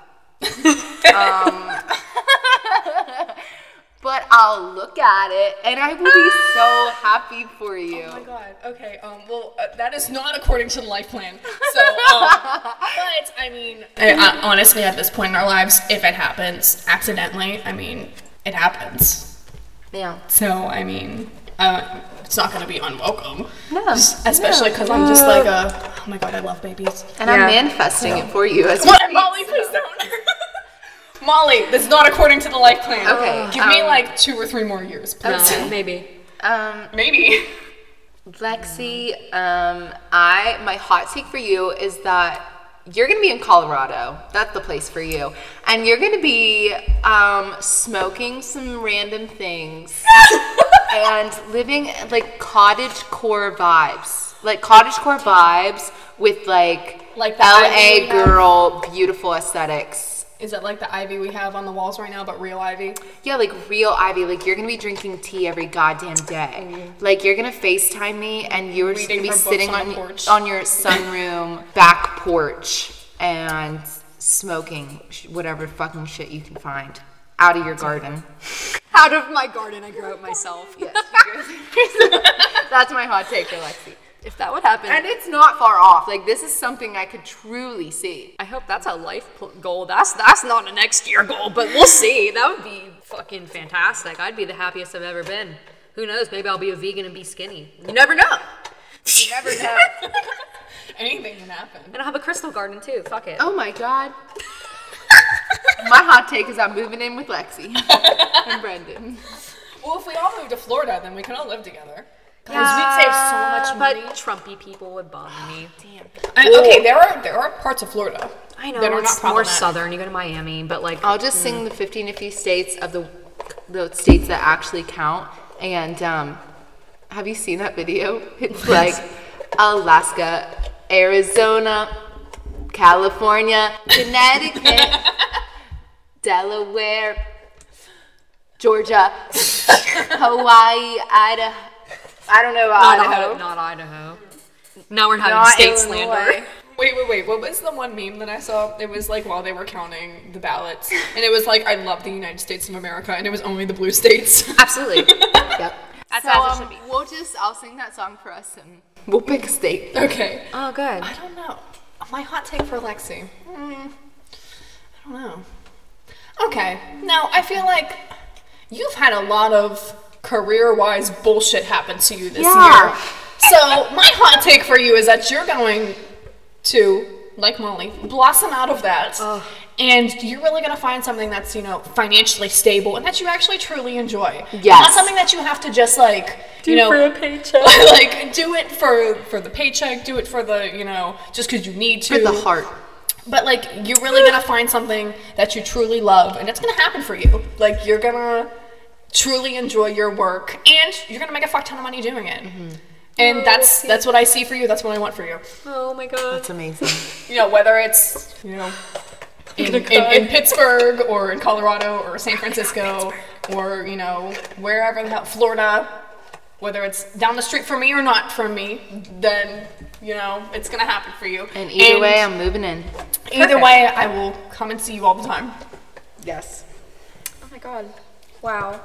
S2: um, but I'll look at it and I will be so happy for you.
S1: Oh my god. Okay. Um. Well, uh, that is not according to the life plan. So, um, but I mean, I, I, honestly, at this point in our lives, if it happens accidentally, I mean, it happens.
S2: yeah.
S1: So, I mean, uh, it's not gonna be unwelcome.
S2: No,
S1: Es- Especially because I'm just like a. Oh my god, I love babies.
S2: And I'm
S3: Yeah.
S2: manifesting it for you as
S1: What,
S2: well.
S1: Molly? Please don't. Molly, that's not according to the life plan.
S2: Okay,
S1: Give me
S2: um,
S1: like two or three more years, please.
S3: No, Oh, maybe.
S2: Um,
S1: Maybe.
S2: Lexi, um, I my hot take for you is that you're gonna be in Colorado. That's the place for you, and you're gonna be um, smoking some random things and living like cottage core vibes, like cottage core vibes with like
S1: Like the
S2: LA
S1: ivy we have?
S2: girl beautiful aesthetics.
S1: Is it like the ivy we have on the walls right now, but real ivy?
S2: Yeah, like real Ivy. Like you're gonna be drinking tea every goddamn day. Like you're gonna Facetime me, and you're just
S1: Mm-hmm. Reading
S2: gonna
S1: from
S2: be
S1: books
S2: sitting
S1: on
S2: on
S1: the porch.
S2: on your sunroom back porch and smoking sh- whatever fucking shit you can find out of your garden.
S3: Out of my garden, I grow it myself.
S2: That's my hot take, Alexi.
S3: If that would happen,
S2: And it's not far off. Like this is something I could truly see.
S3: I hope that's a life pl- goal. That's that's not a next year goal, but we'll see. That would be fucking fantastic. I'd be the happiest I've ever been. Who knows? Maybe I'll be a vegan and be skinny. You never know.
S2: You never know.
S1: Anything can happen.
S3: And I'll have a crystal garden too. Fuck it.
S2: oh my god. my hot take is I'm moving in with Lexi and Brendan.
S1: Well, if we all moved to Florida, then we could all live together.
S3: Yeah,
S1: Guys, we'd save so much money.
S3: Uh, But Trumpy people would bother me.
S1: I- okay, there are there are parts of Florida.
S3: I know
S1: that are
S3: it's
S1: not
S3: more
S1: problematic.
S3: southern. You go to Miami, but like
S2: I'll just sing the 50 nifty states of the the states that actually count. And um, have you seen that video? It's like Alaska, Arizona, California, Connecticut, Delaware, Georgia, Hawaii, Idaho. I don't know about
S3: not
S2: Idaho.
S3: Idaho. Not Idaho. Now we're having
S2: Not
S3: state
S2: Illinois.
S3: slander.
S1: Wait, wait, wait. What was the one meme that I saw? It was like while they were counting the ballots, and it was like, "I love the United States of America," and it was only the blue states.
S3: Absolutely.
S2: Yep.
S3: That's
S2: so,
S3: as it
S2: um,
S3: should be.
S2: We'll just, I'll sing that song for us and we'll pick a state.
S1: okay.
S3: Oh, good.
S1: I don't know. My hot take for Lexi. Hmm. I don't know. Okay. Now I feel like you've had a lot of career-wise bullshit happen to you this
S2: Yeah.
S1: year. So my hot take for you is that you're going to, like Molly, blossom out of that. And you're really gonna find something that's, you know, financially stable and that you actually truly enjoy.
S2: Yes.
S1: Not something that you have to just like you know
S3: paycheck.
S1: like do it for for the paycheck do it for the you know just because you need to
S2: For the heart.
S1: but like you're really gonna find something that you truly love and it's gonna happen for you like
S2: Mm-hmm.
S1: you're gonna truly enjoy your work and you're gonna make a fuck ton of money doing it And that's that's what I see for you. That's what I want for you.
S3: Oh my god.
S2: That's amazing.
S1: You know, whether it's you know in, in, in Pittsburgh or in Colorado or San Francisco or you know wherever the hell Florida, whether it's down the street from me or not from me, then you know it's gonna happen for you.
S2: And either way, I'm moving in.
S1: either way, I will come and see you all the time.
S2: Yes.
S3: Oh my god. Wow.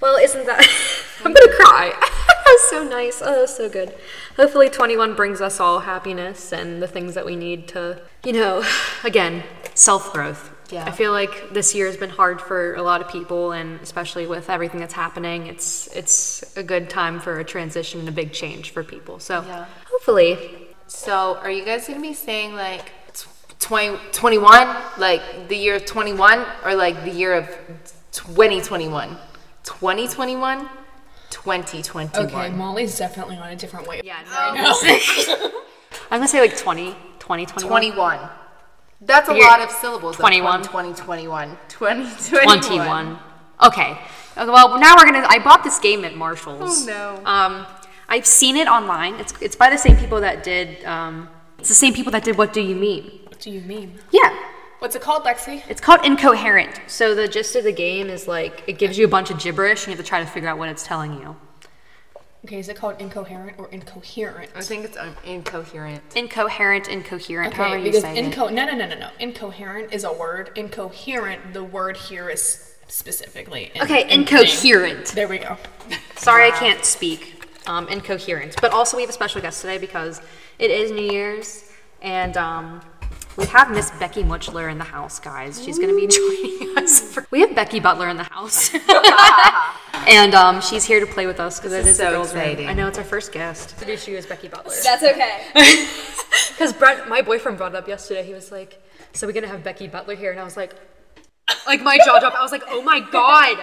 S3: Well, isn't that? I'm gonna cry. that was so nice. Oh, that was so good. Hopefully, 21 brings us all happiness and the things that we need to, you know, again, self growth.
S2: Yeah.
S3: I feel like this year has been hard for a lot of people, and especially with everything that's happening, it's it's a good time for a transition and a big change for people. So
S2: Yeah.
S3: hopefully,
S2: So, are you guys gonna be saying like tw- 20, 21, like the year of 21, or like the year of 2021? 2021? 2021.
S1: Molly's definitely on a different wave.
S3: yeah.
S2: Oh.
S3: I'm gonna say like 20, 20, 21.
S2: 21. That's a
S3: You're-
S2: lot of syllables.
S3: 21.
S2: 2021. 2021.
S3: 21. Okay. Okay, Well, now we're gonna. I bought this game at Marshalls.
S2: Oh, no.
S3: Um, I've seen it online. It's it's by the same people that did. Um, it's the same people that did What Do You Mean?
S1: What do you mean?
S3: Yeah.
S1: What's it called, Lexi?
S3: It's called Incoherent. So the gist of the game is like it gives you a bunch of gibberish and you have to try to figure out what it's telling you.
S1: Okay, is it called incoherent or incoherent?
S2: I think it's um, incoherent.
S3: Incoherent, incoherent. however
S1: Okay,
S3: you
S1: because
S3: say it.
S1: inco- no, no, no, no, no. Incoherent is a word. Incoherent, the word here is specifically. in-
S3: Okay,
S1: in
S3: incoherent.
S1: thing. There we go.
S3: Sorry, I can't speak. Um, incoherent. But also, we have a special guest today because it is New Year's, and um, we have Miss Becky Muchler in the house, guys. She's going to be joining us. For- we have Becky Butler in the house, and um, she's here to play with us because it
S2: is
S3: is the
S2: so
S3: girls' room.
S2: exciting.
S3: I know it's our first guest. Introduce you as Becky Butler.
S4: That's okay.
S3: Because Brett, my boyfriend brought it up yesterday. He was like, "So we're gonna have Becky Butler here," and I was like, like my jaw dropped. I was like, "Oh my god."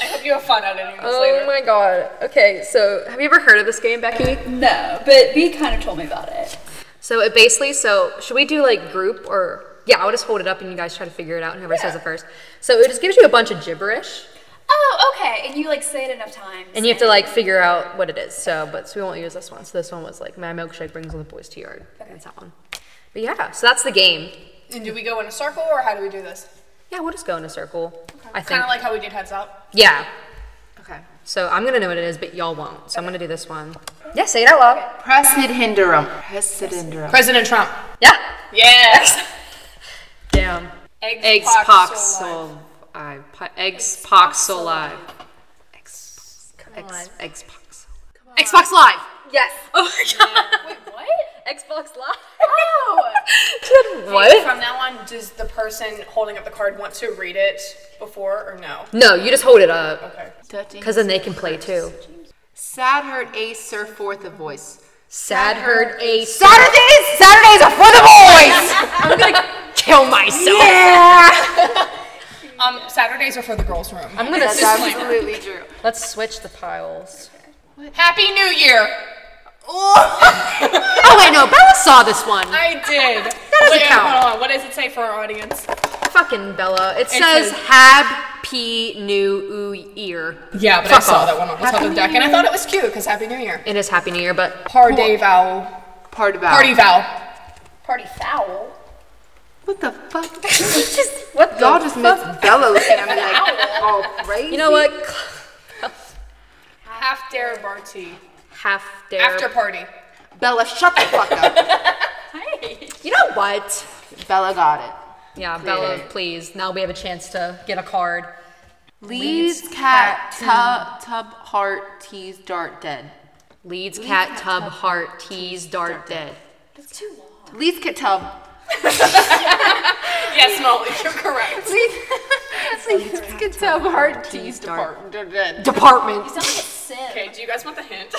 S1: I hope you have fun editing this later.
S3: Oh my god. Okay, so have you ever heard of this game, Becky?
S4: No, but B kind of told me about it.
S3: So it basically, so should we do like group or yeah? I'll just hold it up and you guys try to figure it out. and Whoever says
S4: Yeah.
S3: it first. So it just gives you a bunch of gibberish,
S4: Oh, okay. And you like say it enough times.
S3: and you have to like figure out what it is. So, but so we won't use this one. So this one was like my milkshake brings all the boys to yard. That's that one. But yeah, so that's the game.
S1: And do we go in a circle or how do we do this?
S3: Yeah, we'll just go in a circle. I think.
S1: Kind of like how we did heads up.
S3: yeah.
S2: Okay.
S3: So I'm gonna know what it is, but y'all won't. So I'm gonna do this one. Yeah, say it out loud.
S2: Precid hinderum. Precid hinderum.
S1: President Trump.
S3: Yeah.
S1: Yes.
S3: Damn.
S1: Eggs,
S2: Eggs pox sol. I po- eggs pox sol live. Eggs pox. Eggs pox.
S3: Xbox Live.
S4: Yes.
S3: Oh my
S4: Wait, what?
S3: god. Xbox Live.
S4: Oh.
S3: She said, what?
S1: From now on, does the person holding up the card want to read it before or no?
S3: No, you just hold it up
S1: Okay.
S2: Touching.
S3: because then they can play too.
S2: Sad hurt a sir forth of voice.
S3: Sad herd ace.
S2: Saturdays! Saturdays are for the boys!
S3: I'm gonna kill myself.
S1: Um, Saturdays are for the girls' room.
S3: I'm gonna.
S2: That's absolutely true.
S3: Let's switch the piles.
S1: Happy New Year.
S3: Oh wait, no. Bella saw this one.
S1: I did.
S3: doesn't
S1: Wait,
S3: count.
S1: Hold on. What does it say for our audience?
S3: Fucking Bella. It
S1: says-
S3: says hab p new oo ear.
S1: Yeah, but I
S3: Fuck
S1: saw
S3: off.
S1: that one on the top of the deck, and I thought it was cute because Happy New Year.
S3: It is Happy New Year, but
S1: Party vowel.
S2: Part about.
S1: Party vowel.
S4: Party foul.
S2: What the fuck?
S3: what
S2: Y'all just miss Bella looking at me like, all crazy.
S3: You know what?
S1: Half dare party.
S3: Half dare.
S1: After party.
S2: Bella, shut the fuck up.
S3: You know what?
S2: Bella got
S3: Yeah, Bella, please. Now we have a chance to get a card.
S2: it. Leaves, cat, mm. tub, tub, heart, tease, dart, dead.
S3: Leads, cat, tub, heart, tease, dart, dead.
S4: That's too long.
S2: Leaves, cat, tub.
S1: Yes, Molly, you're correct.
S2: Leaves, cat, tub, heart, tease, dart, dead.
S4: You sound like a sim.
S1: Okay, do you guys want the hint?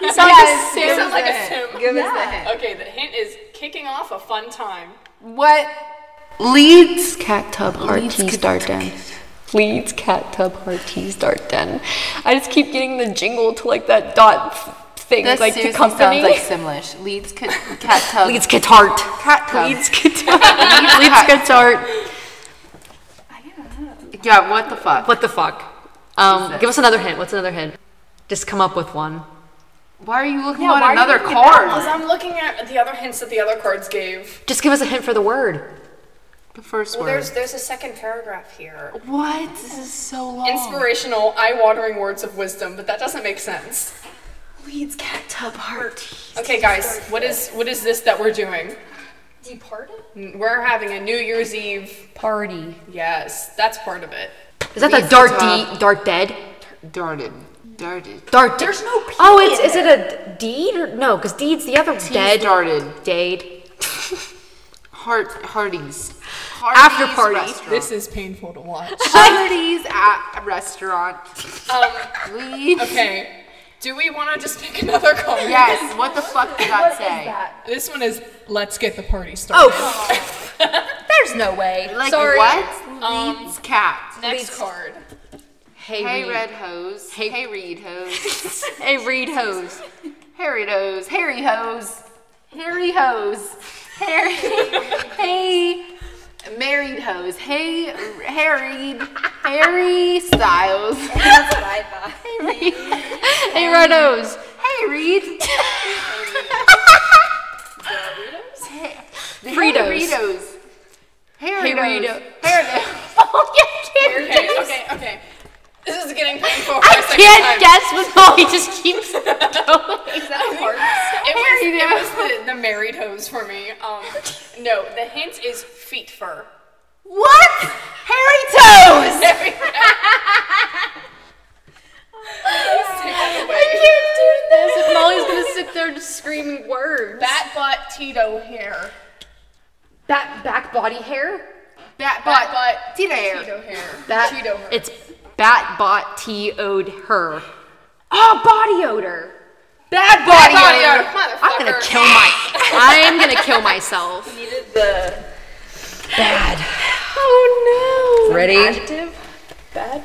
S2: You sound like a
S1: You sound
S2: sim.
S1: like a sim.
S2: Give us the hint.
S1: Okay, the hint is kicking off a fun time.
S2: What? Leeds cat tub heart tease dart den.
S5: Leeds cat tub heart tease dart den. I just keep getting the jingle to like that dot thing,
S2: This
S5: like the
S2: seriously
S5: company.
S2: sounds like Simlish. Leeds cat, cat tub.
S5: Leeds cat heart.
S2: cat tub.
S5: Leeds cat Leeds cat heart.
S2: Yeah, what the fuck?
S3: What the fuck? Um, give us another hint. What's another hint? Just come up with one.
S2: Why are you looking
S1: Yeah, why
S2: at
S1: are you
S2: another
S1: looking at that?
S2: card?
S1: 'Cause I'm looking at the other hints that the other cards gave.
S3: Just give us a hint for the word.
S2: The first
S1: Well,
S2: word.
S1: there's there's a second paragraph here.
S2: What? This is so long.
S1: Inspirational, eye-watering words of wisdom, but that doesn't make sense.
S4: Leeds cat tub heart.
S1: Okay, guys, what is what is this that we're doing?
S4: Departed?
S1: We're having a New Year's Eve.
S5: Party.
S1: Yes, that's part of it.
S3: Is that the
S2: Beast
S3: dart
S2: top.
S3: de- dart dead?
S2: Darted. Darted.
S3: Dart. de-
S4: There's no P
S3: Oh, it's
S4: in
S3: is it a deed or no? Because deed's the other dead.
S2: Darted.
S3: Dade.
S2: Heart. Hardee's.
S3: After
S2: Hardee's
S3: party.
S2: Restaurant.
S1: This is painful to watch.
S2: Hardee's at a restaurant.
S1: Um,
S2: Leeds.
S1: okay, do we want to just pick another card?
S2: Yes. What the fuck did that say?
S1: This one is let's get the party started.
S3: Oh,
S5: There's no way.
S2: Like
S3: Sorry.
S2: what? Leeds cat.
S1: next card.
S3: hey,
S2: Hey
S3: Reed.
S2: red hose. Hey, reed hose.
S3: Hey Reed hose.
S2: hey reed hose. Harry hose. Harry hose. Harry. hey. Married hose. Hey Harry. Harry Styles.
S4: That's what I thought.
S3: Hey red hose.
S2: Hey Reed.
S3: Fritos.
S2: Hey Fritos. Hey
S3: Hey
S2: Reedos.
S3: Reedo.
S2: Hey Reedo.
S1: Okay, okay, okay. This is getting painful for a second time.
S3: Can't guess with all. He just keeps going.
S1: It was, it was the, the married hose for me. Um, no, the hint is feet fur.
S2: What? Harry Toes.
S1: There we go. Please take it away.
S3: Molly's gonna sit there just screaming words.
S1: Bat butt Tito hair.
S3: Back back body hair.
S2: Bat
S1: Bat
S2: butt.
S1: butt
S2: Tito hair.
S1: Tito hair.
S3: Bat-
S1: Tito hair.
S3: It's bat bot t o'd her. Oh, body odor. Bad body,
S1: body
S3: odor.
S1: odor, motherfucker.
S3: I'm gonna kill my. I'm gonna kill myself.
S4: Needed the
S3: Oh, Ready?
S4: adjective. Bad.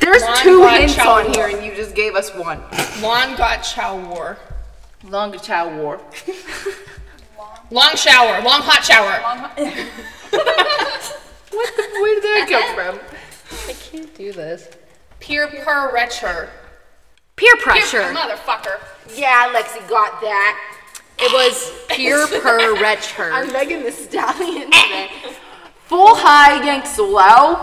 S2: There's
S1: One
S2: two
S1: butt
S2: hints
S1: chow
S2: on here,
S1: war.
S2: and you just gave us one.
S1: Long got chow war.
S2: Long Chow War.
S1: Long shower. Long hot shower.
S2: Where did that come from?
S1: Peer per retcher.
S3: Peer
S1: Peer
S3: pressure.
S1: motherfucker.
S2: Yeah, Lexi got that.
S3: It was peer per wretch her.
S2: I'm Megan the Stallion today. Eh. Full high yanks low.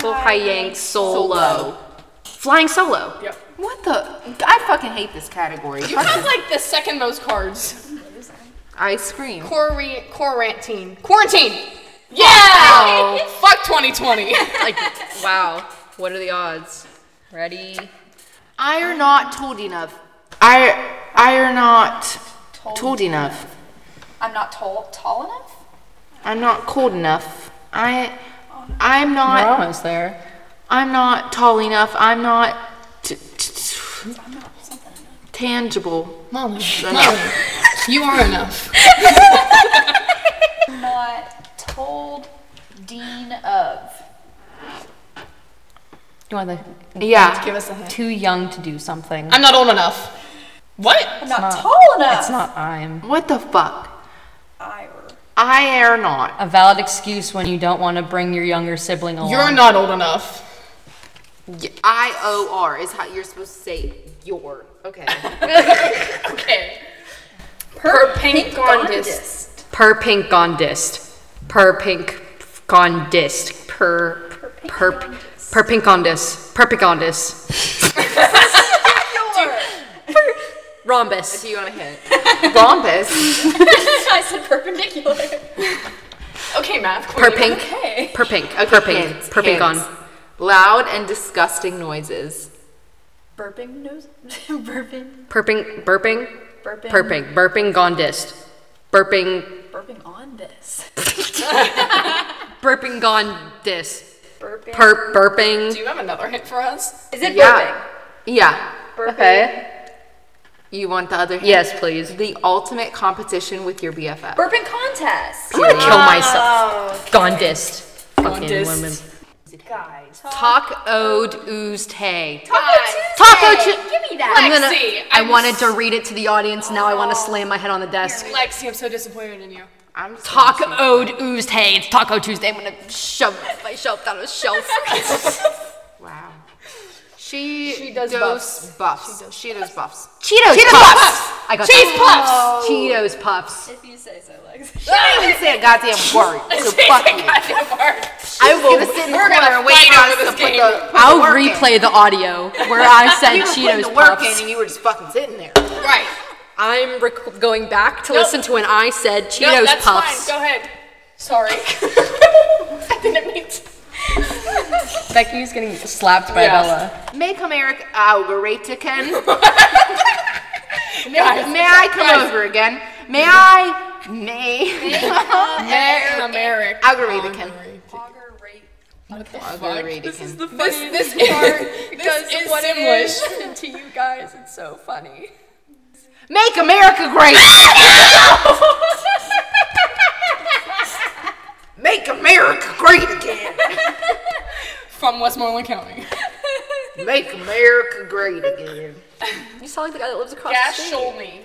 S3: Full high yank solo.
S2: Low.
S3: Flying solo.
S1: Yep.
S2: What the? I fucking hate this category.
S1: You have like the second most cards.
S2: I scream.
S1: Quarry, quarantine. Quarantine. Yeah. Fuck 2020.
S3: Like, wow. What are the odds? Ready?
S2: I are not told enough. I I are not told, enough.
S4: I'm not tall tall enough.
S2: I'm not cold enough. I I'm not. We're almost there. I'm not tall enough. I'm not t- t- t- tangible.
S1: you are enough.
S4: I'm not told dean of.
S5: You want the
S2: Yeah.
S1: Give us a hint.
S5: too young to do something.
S1: I'm not old enough. What?
S4: I'm not, tall enough.
S5: It's not I'm.
S2: What the fuck?
S4: I or
S2: I are
S3: Oh.
S2: not.
S5: A valid excuse when you don't want to bring your younger sibling along.
S1: You're not old enough.
S2: Y- I O R is how you're supposed to say your. Okay.
S1: Okay. Per pink gondis.
S3: Per pink gondist. Per pink gondist. Per per per pink gondist. Per pink gondist. Rhombus.
S2: Do you want a hint? Rhombus.
S4: I said perpendicular.
S1: Okay, math.
S3: Per pink.
S1: queen.
S4: Okay.
S3: Per pink.
S2: Okay,
S3: Per pink.
S2: hints,
S3: Per pink
S2: hints.
S3: on.
S2: Loud and disgusting noises.
S4: Burping nose. burping.
S3: Burping. Burping.
S4: Burping.
S3: Burping. Burping gondist. Burping.
S4: Burping on this.
S3: Burping gondist.
S4: Burping.
S3: Per burping.
S1: Do you have another hint for us?
S4: Is it
S2: Yeah. Yeah.
S4: burping? Burping.
S2: You want the other hint?
S3: Yes, please.
S2: The ultimate competition with your BFF.
S4: Burping contest.
S3: I'm gonna kill myself. Gondist. Fucking
S1: Gondist.
S3: women.
S4: Guys.
S3: Talk ode oozed hay.
S4: Taco
S3: Taco
S4: Tuesday.
S3: Tu-
S4: Give me that.
S3: I'm gonna,
S1: Lexi,
S3: I
S1: I'm
S3: wanted to read it to the audience. Now I want to slam my head on the desk.
S1: Lexi, I'm so disappointed in you.
S2: I'm just gonna
S3: Taco ode oozed hay. It's Taco Tuesday. I'm gonna shove myself down a shelf.
S2: Wow. She,
S1: She does
S2: does
S1: buffs.
S2: buffs. She does buffs.
S5: Cheetos,
S2: Cheetos
S5: puffs.
S2: puffs!
S5: I got
S2: Cheese
S5: that. Cheetos puffs.
S4: If you say so, Lex.
S2: I didn't even say a goddamn word. So fuck you. I will sit in the
S1: We're gonna
S2: corner and wait
S1: fight
S2: for
S1: over
S2: us
S1: this
S2: to put
S1: game.
S2: the. put the
S5: I'll
S2: work in.
S5: replay the audio where I
S2: You
S5: said
S2: were putting the
S5: Cheetos
S2: work in
S5: puffs.
S2: and you were just fucking sitting there.
S1: Right.
S5: I'm rec- going back to listen to when I
S1: No,
S5: said Cheetos
S1: that's fine.
S5: puffs.
S1: Go ahead. Sorry. I didn't mean to.
S6: Becky's getting slapped by
S1: Yeah.
S6: Bella.
S2: May come Eric Algaratiken. may,
S1: Guys,
S2: may I come
S1: guys.
S2: over again? May I? May.
S1: American.
S2: Algaratiken.
S1: What the
S2: Algaratiken.
S1: fuck? This, this part this is what English.
S6: to you guys, it's so funny.
S2: Make America great. Make America great again.
S1: From Westmoreland County.
S2: Make America great again.
S6: You sound like the guy that lives across
S1: Dash
S6: the street.
S1: Sholney.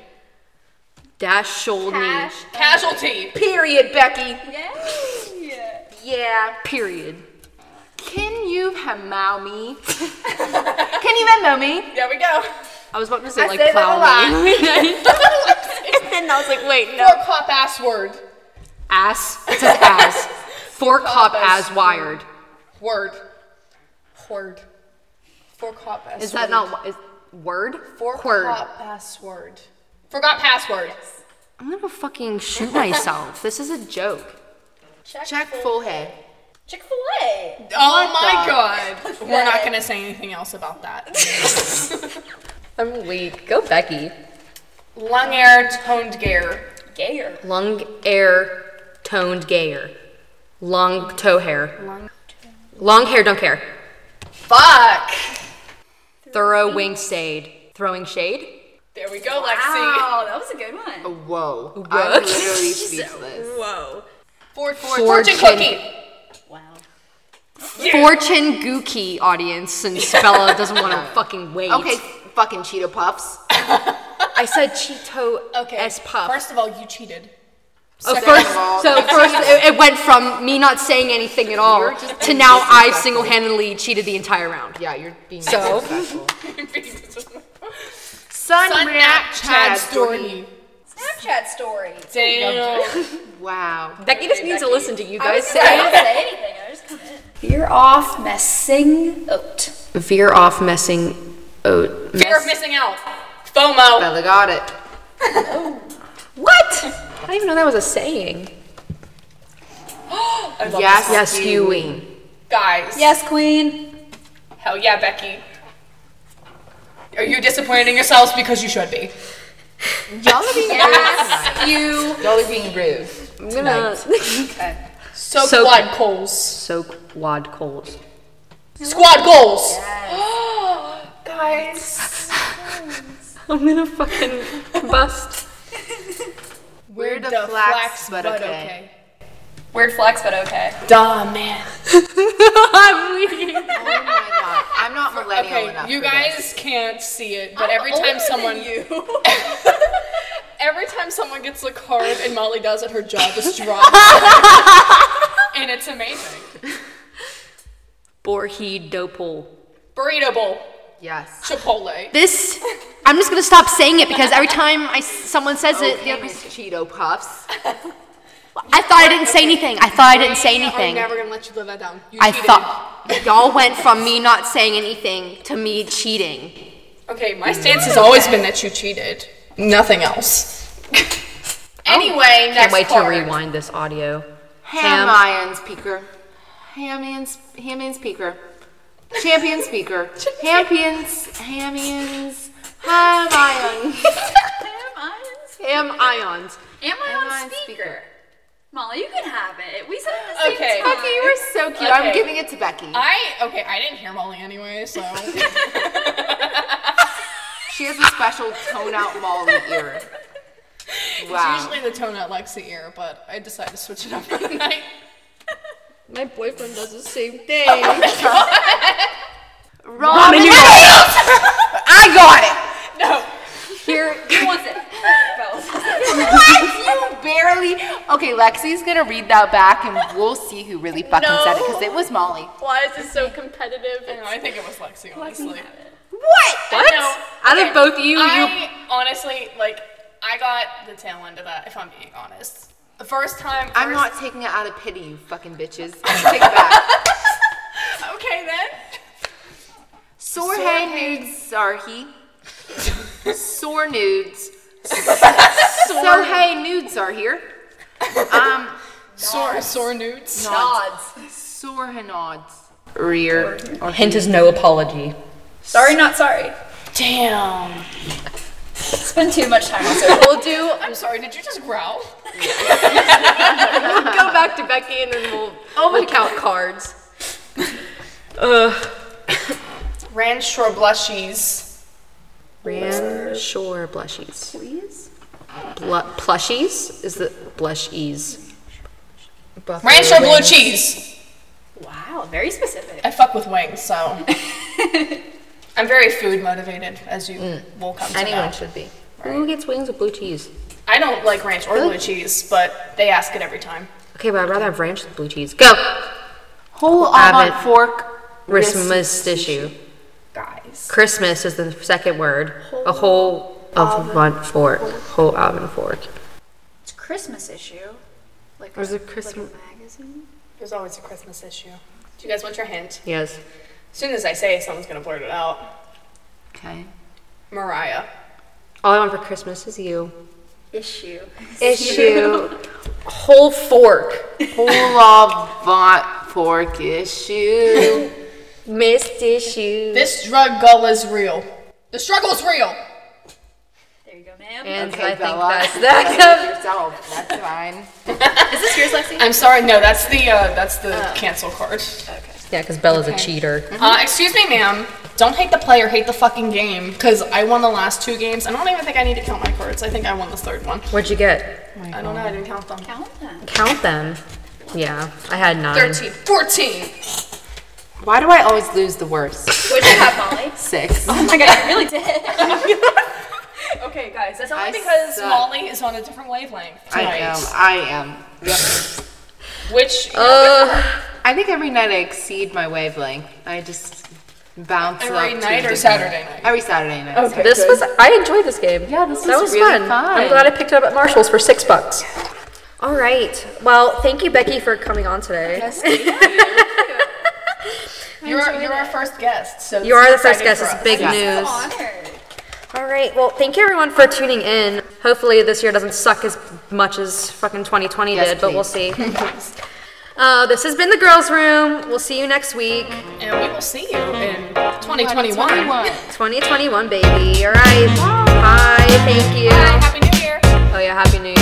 S5: Dash shoulder knee.
S4: Ash.
S1: Casualty.
S2: Period, Becky.
S4: Yay!
S2: Yeah.
S5: Period.
S2: Can you hamow me? Can you Venmo me?
S1: There we go.
S5: I was about to say
S2: I
S5: like
S2: say that a
S5: plow me.
S6: And I was like, wait, no.
S1: Or cop ass word.
S5: ass. It says ass. Four cop
S1: ass.
S5: as wired.
S1: Word. Word. For cop ass
S5: Is
S1: word.
S5: that not is, word?
S1: For
S5: Word.
S1: cop password. Forgot password.
S5: I'm gonna fucking shoot myself. this is a joke.
S2: Check full head.
S4: Chick Fil A.
S1: Oh my god. We're not gonna say anything else about that.
S5: I'm weak. Go Becky.
S1: Lung air toned gear.
S4: Gayer.
S5: Lung air toned gayer. Long toe hair. Long hair, don't care.
S1: Fuck.
S5: Thorough wing shade. Throwing shade?
S1: There we go, Lexi.
S4: Wow, that was a good one.
S2: Whoa.
S5: Whoa.
S2: I'm literally speechless.
S4: Whoa.
S1: Ford, Ford,
S5: Fortune.
S1: fortune cookie.
S4: Wow.
S5: Fortune Gookie audience since Bella doesn't want to fucking wait.
S2: Okay, fucking Cheeto Puffs.
S5: Oh, I said Cheeto
S1: Okay.
S5: S puff.
S1: First of all, you cheated.
S5: Oh,
S2: Second
S5: first-
S2: of all-
S5: so first it, it went from me not saying anything at all
S2: were just
S5: to now I
S2: disrespectful.
S5: single-handedly cheated the entire round.
S2: Yeah, you're being
S5: So?
S2: disrespectful.
S1: Sunrat Chad
S2: Doherty.
S1: story.
S4: Snapchat story.
S1: Damn.
S2: Wow.
S5: Becky just needs to listen to you guys
S4: I didn't say anything. I just come in. Veer off messing oat.
S5: Veer off messing oat.
S1: Fear of missing out. FOMO.
S2: Bella got it.
S5: What? I didn't even know that was a saying.
S2: Yes,
S5: Yes, you wing.
S1: Guys.
S4: Yes, queen.
S1: Hell yeah, Becky. Are you disappointing yourselves because you should be?
S2: Y'all are being
S4: Yes, you.
S2: rude. Y'all are being rude.
S5: I'm gonna
S1: So,
S5: So-
S1: quad goals.
S5: soak quad coals.
S1: Squad goals.
S5: I'm gonna fucking bust.
S2: We're the flax, but okay.
S4: Weird flex, but okay.
S1: Duh, man.
S2: Oh my god. I'm not millennial
S1: Okay,
S2: enough.
S1: you
S2: for this.
S1: guys can't see it, but every time someone every time someone gets a card and Molly does it, her jaw just drops. and it's amazing.
S5: Borhe dopal.
S1: Burrito bowl.
S2: Yes.
S1: Chipotle.
S5: This. I'm just gonna stop saying it because every time I someone says it,
S2: Okay, Miss Cheeto Puffs.
S5: I thought I didn't say anything. I thought I didn't say
S1: I'm
S5: anything.
S1: never gonna let you live that down. You
S5: I
S1: cheated.
S5: thought y'all went from me not saying anything to me cheating.
S1: Okay, my stance has always been that you cheated. Nothing else.
S2: Oh,
S1: anyway, next card.
S5: this audio.
S2: Ham iron speaker. Ham and sp- ham and speaker. Champion speaker. Champions. Ham ions. Ham ions.
S4: Am I?
S5: Ham ions.
S4: Am I
S2: Am
S4: on
S2: I on
S4: speaker?
S2: speaker?
S4: Molly, you can have it. We said it at the
S1: Okay.
S4: same time.
S2: Becky, you were so cute. Uh, I'm
S1: Okay.
S2: giving it to Becky.
S1: I okay, I didn't hear Molly anyway, so
S2: She has a special tone out Molly ear.
S1: it's
S2: Wow.
S1: usually the tone at Lexi ear, but I decided to switch it up for the night.
S6: My boyfriend does the same thing.
S2: Ramen noodles. I got it.
S1: No.
S5: Here,
S4: Who wants it? Bells.
S2: What? You barely. Okay, Lexi's gonna read that back, and we'll see who really fucking said it because it was Molly.
S7: Why is this so competitive?
S1: No, I think it was Lexi, honestly.
S2: What?
S5: What?
S1: No,
S5: Out
S1: okay.
S5: of both you, you
S1: I honestly like. I got the tail end of that. If I'm being honest, the first time. i
S2: I'm not taking it out of pity, you fucking bitches. Take it back.
S1: Okay then.
S2: Sore head nudes, Sarhi. Sore nudes. Sore hey nudes are here. Um,
S1: Sore, sore nudes.
S4: Nods.
S2: sore nods. Rear.
S5: hint is no apology.
S4: Sorry, not sorry.
S1: Damn.
S4: Spend too much time on social.
S5: We'll do
S1: I'm sorry. Did you just growl?
S5: go back to Becky and then we'll oh my count cards. Ugh.
S1: Ranch shore blushies.
S5: Ran Shore blushies. Please? Blu- plushies? Is the blushies. Buffalo
S1: Ranch shore blue
S5: wings.
S1: cheese.
S4: Wow, very specific.
S1: I fuck with wings, so. I'm very food motivated, as you will come to know.
S2: Mm. Anyone should be.
S5: Who gets wings with blue cheese?
S1: I don't like ranch or blue cheese, but they ask it every time.
S5: Okay, but I'd rather have ranch with blue cheese. Go!
S2: Whole
S5: Abbott.
S2: almond fork.
S5: Christmas tissue.
S1: Guys.
S5: Christmas is the second word. A whole of one fork. Whole oven fork.
S4: It's Christmas issue. Like
S5: Or is
S4: a-
S5: it Christmas-
S4: Like a magazine?
S1: There's always a Christmas issue. Do you guys want your hint?
S5: Yes.
S1: As soon as I say it, someone's gonna blurt it out.
S2: Okay.
S1: Mariah.
S5: All I want for Christmas is you.
S4: Issue.
S5: Issue. whole fork.
S2: Whole almond fork issue.
S5: Missed issue.
S1: This struggle is real. The struggle is real!
S4: There you go, ma'am.
S5: And
S2: Okay,
S5: I think
S2: Bella.
S5: that's that.
S2: Yourself. That's fine.
S4: Is this yours, Lexi?
S1: I'm sorry, no, that's the uh, that's the
S2: Oh.
S1: cancel card.
S2: Mm-hmm.
S5: yeah, because Bella's a cheater.
S1: Uh, excuse me, ma'am. Don't hate the player, hate the fucking game. Cause I won the last two games. I don't even think I need to count my cards. I think I won the third one.
S5: What'd you get?
S1: I don't know, I didn't count them.
S4: Count them.
S5: Count them. Yeah, I had nine.
S1: 13, 14!
S2: Why do I always lose the worst?
S4: What'd you have, Molly?
S2: Six.
S4: Oh my god, you really did. okay, guys, that's all
S2: I
S4: I
S1: Because
S2: suck.
S1: Molly is on a different wavelength
S2: I
S1: tonight.
S2: am. I am.
S1: Which
S5: Ugh.
S2: I think every night I exceed my wavelength. I just bounce up
S1: every
S2: to
S1: night or
S2: different-
S1: Saturday night?
S2: Every Saturday night. Okay.
S5: This was. I enjoyed this game.
S2: Yeah, this
S5: that
S2: was
S5: was
S2: really
S5: fun.
S2: fun.
S5: I'm glad I picked it up at Marshalls for six bucks. All right. Well, thank you, Becky, for coming on today.
S1: You're, you're our first guest, so this
S5: You are
S1: is
S5: the first
S1: exciting
S5: guest.
S1: for
S5: It's
S1: us.
S5: big news.
S4: Honored.
S5: All right. Well, thank you everyone for tuning in. Hopefully this year doesn't suck as much as fucking 2020
S2: Yes,
S5: did, but we'll see. uh, this has been the girls' room. We'll see you next week.
S1: And we will see you in 2021.
S2: Twenty-one.
S5: 2021, baby. All right. Bye. Thank you.
S1: Happy New Year.
S5: Oh yeah, happy New Year.